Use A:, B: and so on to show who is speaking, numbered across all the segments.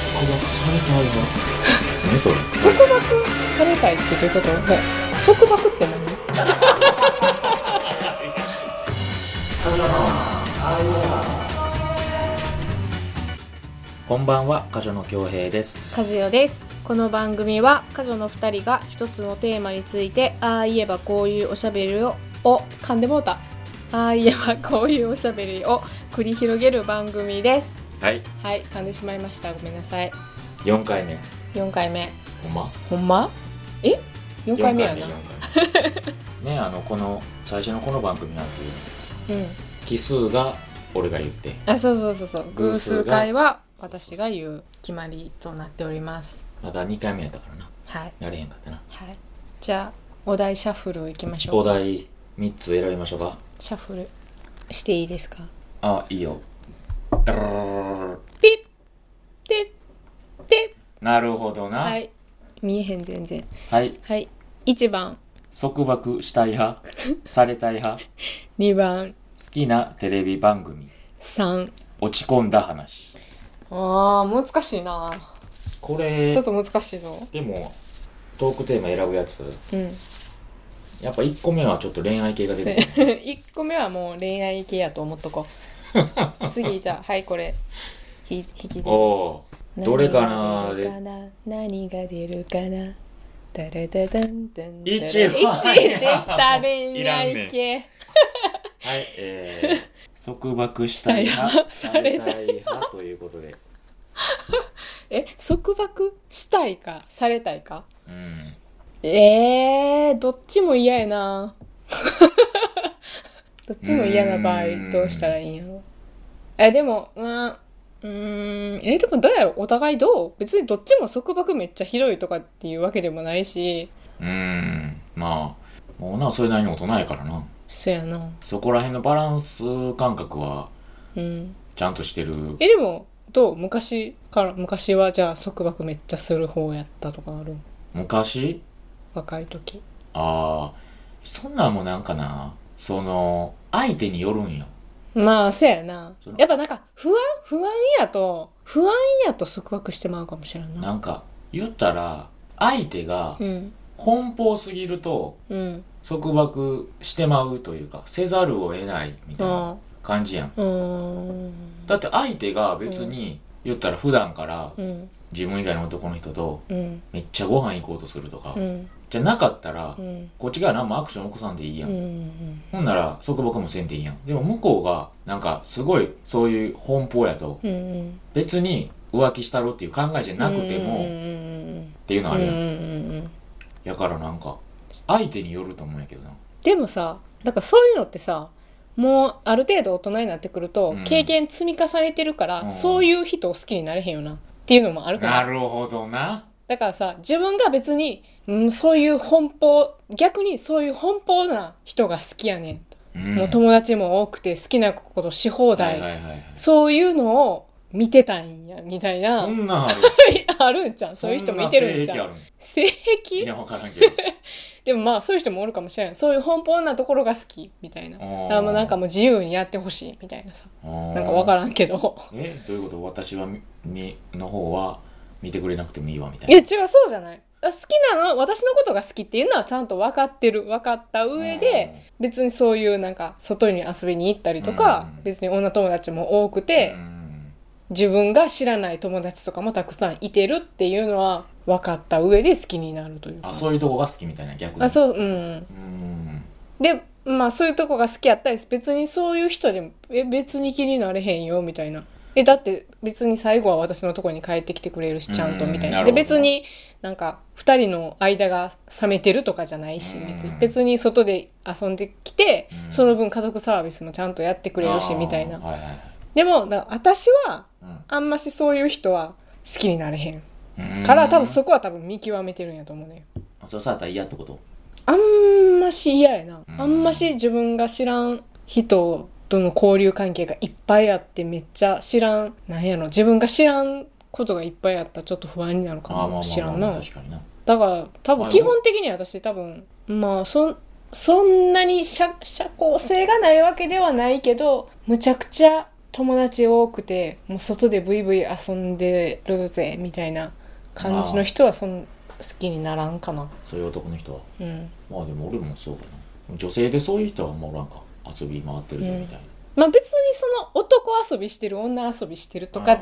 A: されたいわ
B: 何それ
A: 束縛されたいってどういうことね束縛って何
B: こんばんは加女の恭平です
A: 和代ですこの番組は家女の2人が一つのテーマについてああ言えばこういうおしゃべりをを噛んでもうたああ言えばこういうおしゃべりを繰り広げる番組です
B: はい
A: はい噛んでしまいましたごめんなさい
B: 4回目
A: 4回目
B: ほんま
A: ほんまえ4回目やな
B: 四回目四回目ねあのこの最初のこの番組なんていう
A: うん
B: 奇数が俺が言って
A: あそうそうそうそう偶
B: 偶数が
A: 数回は私が言う決まりとなっております
B: まだ2回目やったからな
A: はい
B: やれへんかったな
A: はいじゃあお題シャッフルいきましょう
B: お題3つ選びましょうか
A: シャッフルしていいですか
B: あいいよダラララララ
A: ピッてって
B: なるほどな
A: は
B: はい、
A: い見えへん全然はい1番
B: 束縛したい派されたい派好
A: 2番
B: きなテレビ番組
A: 3
B: 落ち込んだ話
A: あー難しいな
B: これ
A: ちょっと難しいぞ
B: でもトークテーマ選ぶやつ
A: うん
B: やっぱ1個目はちょっと恋愛系が 出てくる
A: 1個目はもう恋愛系やと思っとこ う次じゃあはいこれひ引きで
B: おーどれかな
A: 何が出るかな何が出るかなダラダダンダンダラ
B: 一 番
A: 一出た恋愛系
B: はいえー、 束縛したい派
A: した
B: さ
A: い
B: れ
A: 派
B: たい派ということで
A: え束縛したいかされたいか
B: うん
A: えー、どっちも嫌やな どっちも嫌な場合どうしたらいいんやろえでもうんうーんえでもどうやろうお互いどう別にどっちも束縛めっちゃ広いとかっていうわけでもないし
B: うーんまあもうなそれなりに大人やからな
A: そうやな
B: そこら辺のバランス感覚は
A: うん
B: ちゃんとしてる
A: えでもどう昔から昔はじゃあ束縛めっちゃする方やったとかある
B: 昔
A: 若い時
B: ああそんなんもなんかなその相手によるんよ
A: まあそうやな
B: その
A: やっぱなんか不安不安やと不安やと束縛してまうかもしれんな
B: なんか言ったら相手が
A: うん
B: 奔放すぎると
A: うん
B: 束縛してまうというかせざるを得ないみたいな
A: あ
B: 感じやん
A: あうーん
B: だって相手が別に言ったら普段から
A: うん
B: 自分以外の男の人と
A: うん
B: めっちゃご飯行こうとするとか
A: うん
B: じゃなかったら
A: うん
B: こっちが何もアクション起こさんでいいや
A: うんん
B: ほんなら束縛もせんでいいやんでも向こうがなんかすごいそういう奔放やと
A: うんうん
B: 別に浮気したろっていう考えじゃなくて
A: うんう
B: も
A: ん
B: っていうのあ
A: うんうん
B: るや
A: う
B: ん
A: んうん
B: やからなんか相手によると思うんやけどな
A: でもさだからそういうのってさもうある程度大人になってくると、
B: うん
A: 経験積み重ねてるから、
B: うん
A: そういう人を好きになれへんよなっていうのもあるから
B: なるほどな
A: だからさ自分が別に、うん、そういう奔放逆にそういう奔放な人が好きやね
B: うん
A: ん、もう友達も多くて好きなことし放題、
B: はいはいはいはい
A: そういうのを見てたんやみたいな
B: そんなんある
A: あるんちゃうそういう人見てるんちゃう性
B: い
A: 癖
B: や分からんけど
A: でもまあそういう人もおるかもしれないそういう奔放なところが好きみたいな
B: あー
A: だからもうなんかもう自由にやってほしいみたいなさ
B: な
A: なんかわから
B: ん
A: らんけど
B: えどういうこと私はみにの方は見てくれなくてもいいわみたい
A: い
B: な
A: や違うそうじゃない好きなの私のことが好きっていうのはちゃんと分かってる分かった上で、別にそういうなんか外に遊びに行ったりとか、
B: うん
A: 別に女友達も多くて、
B: うん
A: 自分が知らない友達とかもたくさんいてるっていうのは分かった上で好きになるというか
B: あそういうとこが好きみたいな逆に
A: あ
B: う
A: そううん
B: うん
A: でまあそういうとこが好きやったり別にそういう人でもえ別に気になれへんよみたいなえだって別に最後は私のとこに帰ってきてくれるしちゃんと
B: うん
A: みたいな
B: なる
A: で
B: ほど
A: 別になんか2人の間が冷めてるとかじゃないし
B: うん
A: 別に別に外で遊んできて
B: うん
A: その分家族サービスもちゃんとやってくれるし
B: あー
A: みたいな
B: はいはいはい
A: でもだ私は
B: う
A: あんましそういう人は好きになれへん
B: ん
A: から多分
B: そ
A: そこは多分見極めてるんやと思うね
B: そうされたら嫌ってこと
A: あんまし嫌やな、
B: うん
A: あんまし自分が知らん人との交流関係がいっぱいあってめっちゃ知らんなんやろ自分が知らんことがいっぱいあったらちょっと不安になるか
B: あーまあ
A: もし
B: ま
A: ら
B: あ
A: ん
B: まあ
A: な
B: 確かにな
A: だから多
B: あ
A: 分基本的には私多分まあそんそんなに社社交性がないわけではないけどむちゃくちゃ友達多くてもう外でブイブイ遊んでるぜみたいな感じの人はそん好きにならんかな
B: そういう男の人は
A: うん
B: まあでも俺もそうかな女性でそういう人はあんまおらんか遊び回ってるぜみたいな、
A: まあ別にその男遊びしてる女遊びしてると
B: あ
A: か
B: ー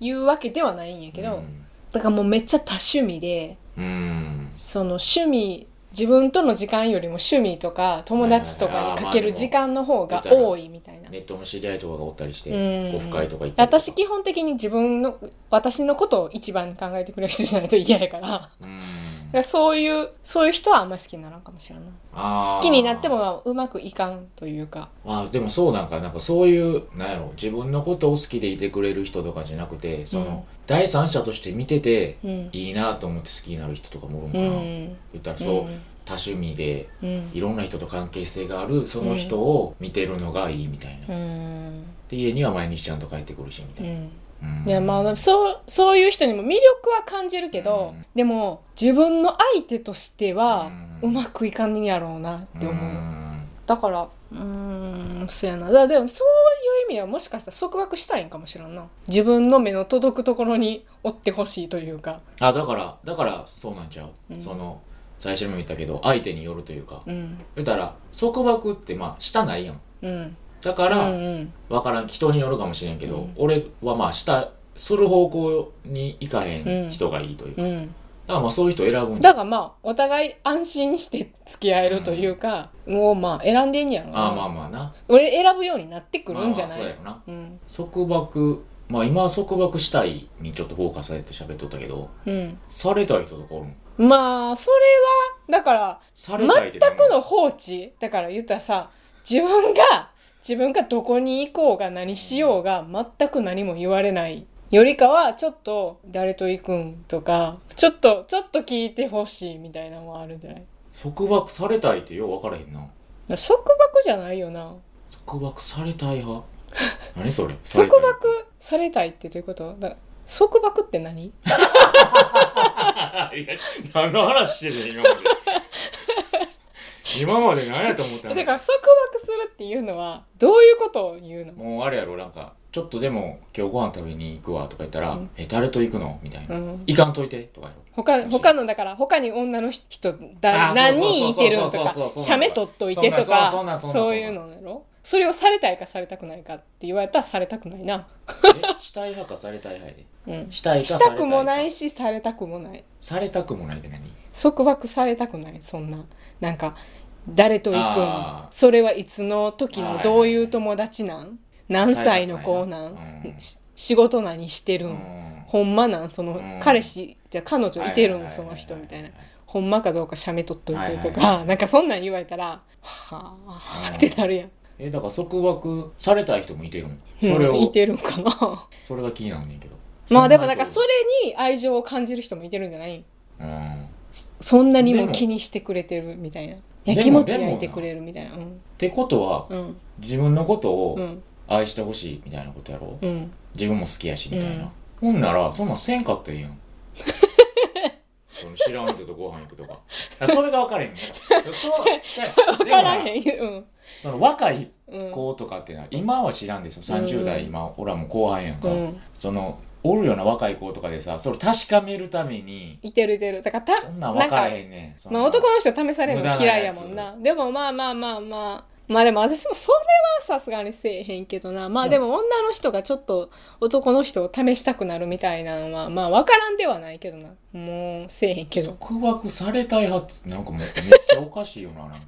A: いうわけではないんやけど、
B: うん
A: だからもうめっちゃ多趣味で
B: うん
A: その趣味自分との時間よりも趣味とか友達とかにかける時間の方が多いみたいな。
B: ネットの知り合いとかがおったりして、
A: うん
B: オフ会とか行ったりとか
A: 私基本的に自分の私のことを一番に考えてくれる人じゃないと嫌やからだか
B: うん
A: らそういうそういう人はあんまり好きにならんかもしれんない
B: あー
A: 好きになってもまあうまくいかんというか
B: まあでもそうなんかなんかそういうなんやろ自分のことを好きでいてくれる人とかじゃなくてその、
A: うん
B: 第三者として見てて
A: うん
B: いいなと思って好きになる人とかもおるん
A: う
B: かな、
A: ん
B: 言ったらそう、
A: ん
B: 多趣味で
A: うん
B: いろんな人と関係性があるその人を見てるのがいいみたいな、
A: う
B: で
A: ん
B: 家には毎日ちゃんと帰ってくるしみた
A: う
B: いな、
A: ん
B: うん
A: いやまあそうそういう人にも魅力は感じるけど、
B: うん
A: でも自分の相手としては
B: う
A: うんまくいかんやろうなって思う、
B: うん
A: だからうーんそうやなだでもそういう意味ではもしかしたら束縛したいんかもしれんな自分の目の届くところにおってほしいというか
B: あだからだからそうなんちゃう、
A: うん
B: その最初にも言ったけど相手によるというか、
A: うん
B: 言ったら束縛ってまあしたないやん
A: うん
B: だから、
A: うんうん
B: わからん人によるかもしれんけど、
A: うん
B: 俺はまあしたする方向に行かへん人がいいというか、
A: う
B: だ
A: ん
B: からまあそういう人選ぶんじゃん
A: だからまあお互い安心して付き合えるというか、もうまあ選んでんやろな
B: ああまあまあな
A: 俺選ぶようになってくるんじゃ
B: ま
A: な
B: あ
A: い、
B: まあそうやろな
A: うん
B: 束縛まあ今は束縛したいにちょっとフォーカスされて喋っとったけど
A: うん
B: されたい人とかおるん
A: まあそれはだから
B: されたいっ
A: 全
B: て
A: くの放置だから言ったらさ自分が自分がどこに行こうが何しようが全く何も言われないよりかはちょっと誰と行くんとかちょっとちょっと聞いてほしいみたいなのもあるんじゃない
B: 束縛されたいってよう分からへんな
A: 束縛じゃないよな
B: 束縛されたい 派何それさ
A: 束
B: れたい
A: 縛されたいってどういうことだ束縛って何
B: いや何の話してんねん今 まで今まで何やと思った
A: だ
B: の
A: から束縛するっていうのはどういうことを言うの
B: もうあれやろなんか「ちょっとでも今日ご飯食べに行くわ」とか言ったら「
A: うん
B: え誰と行くの?」みたいな「
A: うん
B: 行かんといて」とかやろ
A: 他他のだから他に女の人だ
B: あー
A: 何人いてるのと
B: そう
A: か
B: そうそうそうそうそうそうそう
A: 写メ撮っといてとか
B: そんなんそんなんそんなん
A: そういうのやろそれをされたいかされたくないかって言われたらされたくないな、
B: えしたい派かされたい派や
A: うん
B: で、したいか
A: し
B: された
A: た
B: い
A: くもない
B: し
A: しされたくもない
B: されたくもないって何
A: 束縛されたくないそんななんか誰と行くん
B: あー
A: それはいつの時のどういう友達なん何歳の子な
B: されたくない
A: ん
B: なうん
A: し仕事何してる、
B: うんん
A: ほんまなんその、
B: うん
A: 彼氏じゃあ彼女いてる
B: は
A: ん
B: は
A: そ
B: は
A: の
B: は
A: 人みたいな
B: は
A: ほんまかどうかしゃめとっといてとか、
B: はいはいはい
A: なんかそんなん言われたら、はあ
B: うん
A: ってなるやん。
B: えだから束縛されたい人もいてるもんそれ
A: うんい
B: を
A: てるんかな。
B: それが気になんねんけど
A: まあでもなんかそれ
B: れ
A: に愛情を感じる人もいてるんじゃない
B: うん
A: そんなに
B: で
A: も
B: も
A: 気にしてくれてるみたいな。
B: でも
A: やきもち焼いてくれるみたいな。うん。
B: ってことは
A: うん。
B: 自分のこと
A: う
B: を
A: ん。
B: 愛してほしいみたいなことやろ
A: うん。
B: 自分も好きやしみたいな、
A: うん
B: ほんならそんなんせんかったらええやん その知らん人とご飯行くとかあそれが分からへん ね
A: わ
B: 分
A: からへん。うん。
B: その若い
A: うん。
B: 子とかってのは今は知らんでしょ30代、
A: うん
B: 今俺はもう後半やんか、
A: うん
B: そのおるような若い子とかでさそれ確かめるために
A: いてるいてる。だからた、
B: そんなん分からへんねんそん
A: ま
B: なん
A: あ男の人試されるの嫌いやもん
B: 無駄な
A: なでもまあまあまあまあまあでも私もそれはさすがにせえへんけどなまあでも女の人がちょっと男の人を試したくなるみたいなのはまあ分からんではないけどなもうせえへんけど
B: 束縛されたい派ってなんかもうめっちゃおかしいよななんか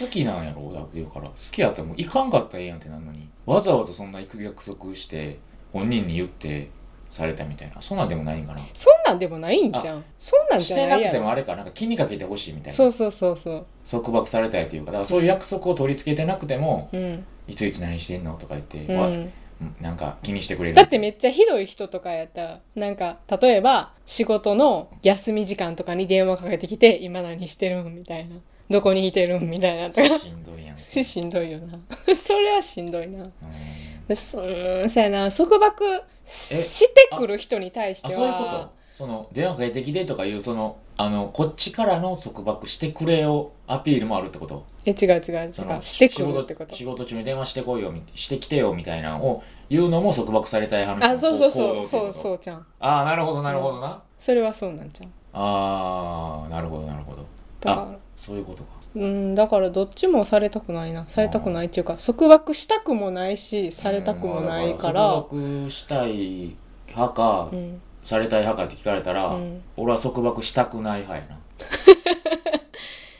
B: 好きなんやろだって言うから好きやったらもう行かんかったらええやんってなるのにわざわざそんな行く約束して本人に言ってされたみたいなそんなんでもないんかな
A: そんなんでもないんじゃんそんなんじ
B: し
A: ゃ
B: てな
A: な
B: いく
A: や
B: ても
A: ろ
B: あれかなんか気にかけてほしいみたい
A: そ
B: な
A: うそうそうそう
B: 束縛されたいというかだからそういう約束を取り付けてなくても、
A: うん、
B: いついつ何してんのとか言って、
A: う
B: わ
A: ん、
B: うんなんか気にしてくれる
A: だってめっちゃひどい人とかやったらなんか例えば仕事の休み時間とかに電話かけてきて「今何してるん?」みたいな「どこにいてるん?」みたいなとか
B: しんどいやん
A: しんどいよな それはしんどいな
B: うん
A: すうーんそやな束縛してくる人に対して
B: あ
A: は
B: そういうことその電話かけてきてとかいうそのあのこっちからの束縛してくれをアピールもあるってこと
A: え違う違う違う
B: その
A: して
B: 仕
A: くるってこ
B: 事
A: と
B: 仕事中に電話してこいよみしてきてよみたいなのを言うのも束縛されたい話
A: あそうそう
B: 行動
A: そ
B: っ
A: う
B: ていこ
A: そ
B: と
A: うそうちゃん
B: ああなるほどなるほどな、
A: それはそうなんちゃん
B: ああなるほどなるほど
A: だから
B: そういうことか
A: うんだからどっちもされたくないなされたくないっていうか束縛したくもないしされたくもないか
B: うんまあだから
A: ら
B: 束縛したい派か、
A: うん
B: されたい派かって聞かれたら、
A: うん
B: 俺は束縛したくない派やな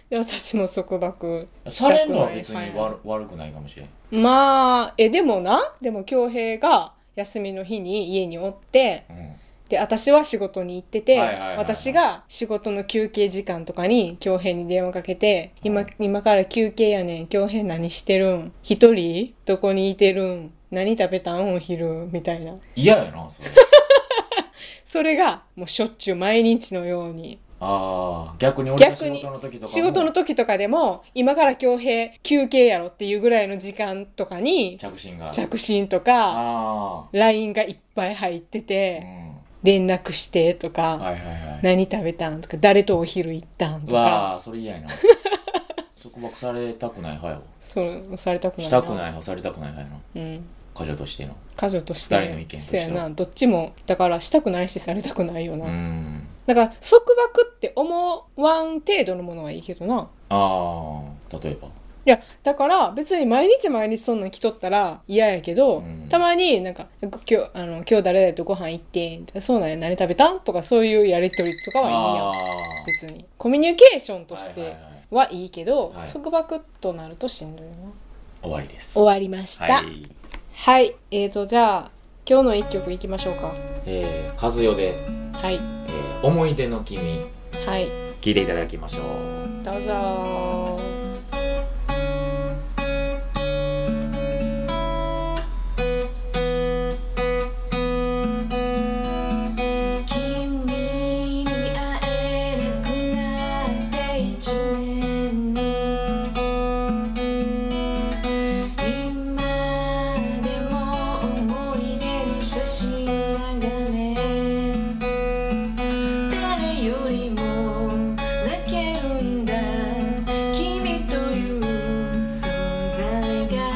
A: で私も束縛した
B: さ
A: くない
B: れるのは別に悪,、
A: は
B: 悪くないかもしれん
A: まあえでもなでも恭平が休みの日に家におって
B: うん
A: で私は仕事に行ってて、
B: はいはいはいはい
A: 私が仕事の休憩時間とかに恭平に電話かけて「今今から休憩やねん恭平何してるん一人どこにいてるん何食べたんお昼」みたいな
B: 嫌やなそれ
A: それがもうしょっちゅう毎日のように
B: ああ逆に俺が
A: 逆
B: 仕
A: に
B: 事の時とかも
A: 仕事の時とかでも今から恭平休憩やろっていうぐらいの時間とかに
B: 着信が
A: 着信とか
B: あ
A: LINE がいっぱい入って
B: あう
A: て
B: ん
A: 連絡してとか、
B: はいはいはい
A: 何食べたんとか誰とお昼行ったんと
B: う
A: か
B: わあそれ嫌や な束縛されたくない派やわ
A: そうされたくない
B: した
A: な
B: くない派されたくない派やな
A: うん
B: 家女としての
A: 家族として
B: 二人の意見としては
A: そやなどっちもだからしたくないしされたくないよ
B: う
A: な、
B: ん
A: だから束縛って思わん程度のものはいいけどな
B: ああ例えば
A: いやだから別に毎日毎日そんなん来とったら嫌やけど、
B: うん
A: たまになんか「今日あの今日誰々とご飯行ってん」そうなんや何食べたん?」とかそういうやり取りとかはいいやん
B: あ
A: 別にコミュニケーションと
B: ーはい
A: し
B: は
A: て
B: いはい
A: はいいけど、
B: はい
A: 束縛となるとしんどいよな
B: 終わりです
A: 終わりましたは、
B: はいい
A: えーとじゃあ今日の一曲いきましょうか
B: えー、和代で、
A: はい
B: えー思い出の君」
A: はい
B: 聞いていただきましょう
A: どうぞ
C: 「君に会えなくなって一年」「今でも思い出の写真眺め」「誰よりも泣けるんだ君という存在が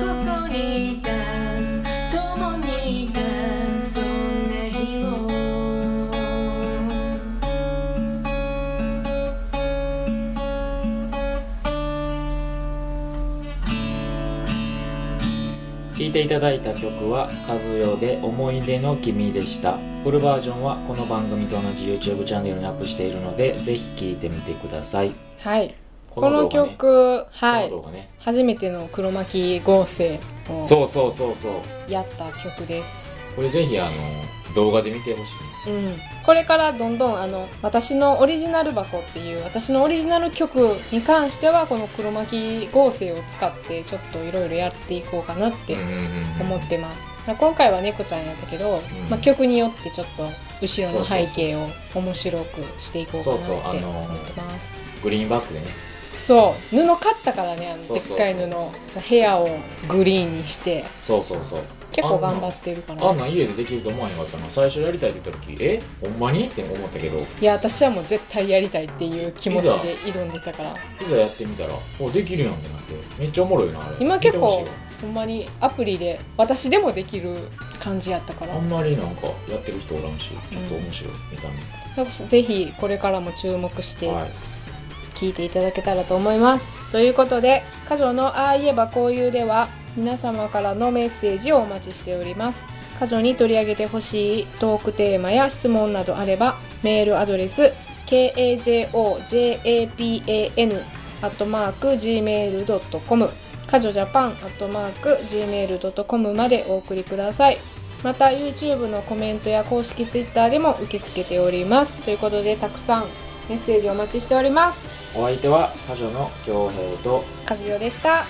C: ここにいた」「共にいたそんな日を」
B: 聴いていただいた曲は「和代で思い出の君」でしたフルバージョンはこの番組と同じ YouTube チャンネルにアップしているのでぜひ聴いてみてください
A: はい
B: こ
A: この
B: 動画ね
A: 曲、は
B: この
A: い
B: 動画ね
A: 初めての黒巻合成を
B: そうそうそうそう
A: やった曲です
B: これぜひあの動画で見てほしい
A: うん、これからどんどんあの私のオリジナル箱っていう私のオリジナル曲に関してはこの黒巻合成を使ってちょっといろいろやっていこうかなって思ってます、まあ今回は猫ちゃんやったけど、
B: ん
A: まあ、曲によってちょっと後ろの背景を面白くしていこうかなって
B: そうそうあの
A: 思ってます
B: グリーンバックでね
A: そう布買ったからねあの
B: そう
A: で
B: そうそう
A: っかい布部屋をグリーンにして
B: そうそうそう
A: 結構頑張ってるか
B: あ
A: ら
B: んなん家でできると思わへんかったな最初やりたいって言った時えほんまにって思ったけど
A: いや私はもう絶対やりたいっていう気持ちで挑んでたから
B: いざやってみたらおできるやんってなってめっちゃおもろいなあれ
A: 今結構
B: 見てほしい
A: ほんまにアプリで私でもできる感じやったから
B: わあんまりなんかやってる人おらんしちょっと面白い見た目
A: なんかぜひこれからも注目して
B: はい
A: 聞いていただけたらと思います、ということで「家女のああ言えばこういう」では皆様からのメッセージをお待ちしております家女に取り上げてほしいトークテーマや質問などあればメールアドレス kajojapana gmail.com 家女ジャパン gmail.com までお送りくださいまた YouTube のコメントや公式 Twitter でも受け付けておりますということでたくさんメッセージお待ちしております
B: お相手は家女の恭平と
A: 和代でした